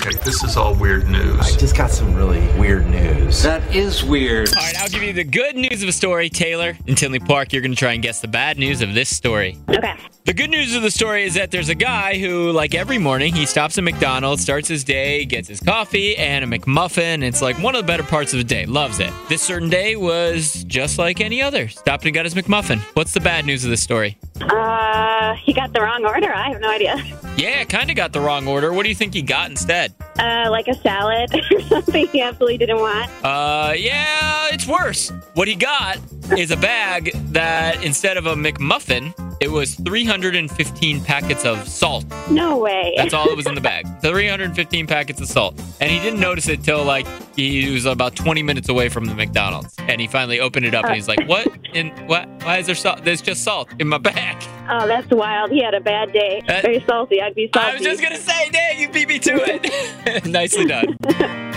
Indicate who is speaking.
Speaker 1: Okay, this is all weird news.
Speaker 2: I just got some really weird news.
Speaker 3: That is weird.
Speaker 4: All right, I'll give you the good news of a story, Taylor. In Tinley Park, you're going to try and guess the bad news of this story.
Speaker 5: Okay.
Speaker 4: The good news of the story is that there's a guy who, like every morning, he stops at McDonald's, starts his day, gets his coffee and a McMuffin. It's like one of the better parts of the day. Loves it. This certain day was just like any other. Stopped and got his McMuffin. What's the bad news of this story?
Speaker 5: Uh, he got the wrong order. I have no idea.
Speaker 4: Yeah, kind of got the wrong order. What do you think he got instead?
Speaker 5: Uh, like a salad or something he absolutely didn't want.
Speaker 4: Uh, yeah, it's worse. What he got is a bag that instead of a McMuffin, it was 315 packets of salt.
Speaker 5: No way.
Speaker 4: That's all that was in the bag. 315 packets of salt. And he didn't notice it till like he was about 20 minutes away from the McDonald's. And he finally opened it up and he's like, "What? In what? Why is there salt? There's just salt in my bag."
Speaker 5: Oh, that's wild. He had a bad day.
Speaker 4: Uh,
Speaker 5: Very salty. I'd be salty.
Speaker 4: I was just gonna say, dang, you beat me to it. Nicely done.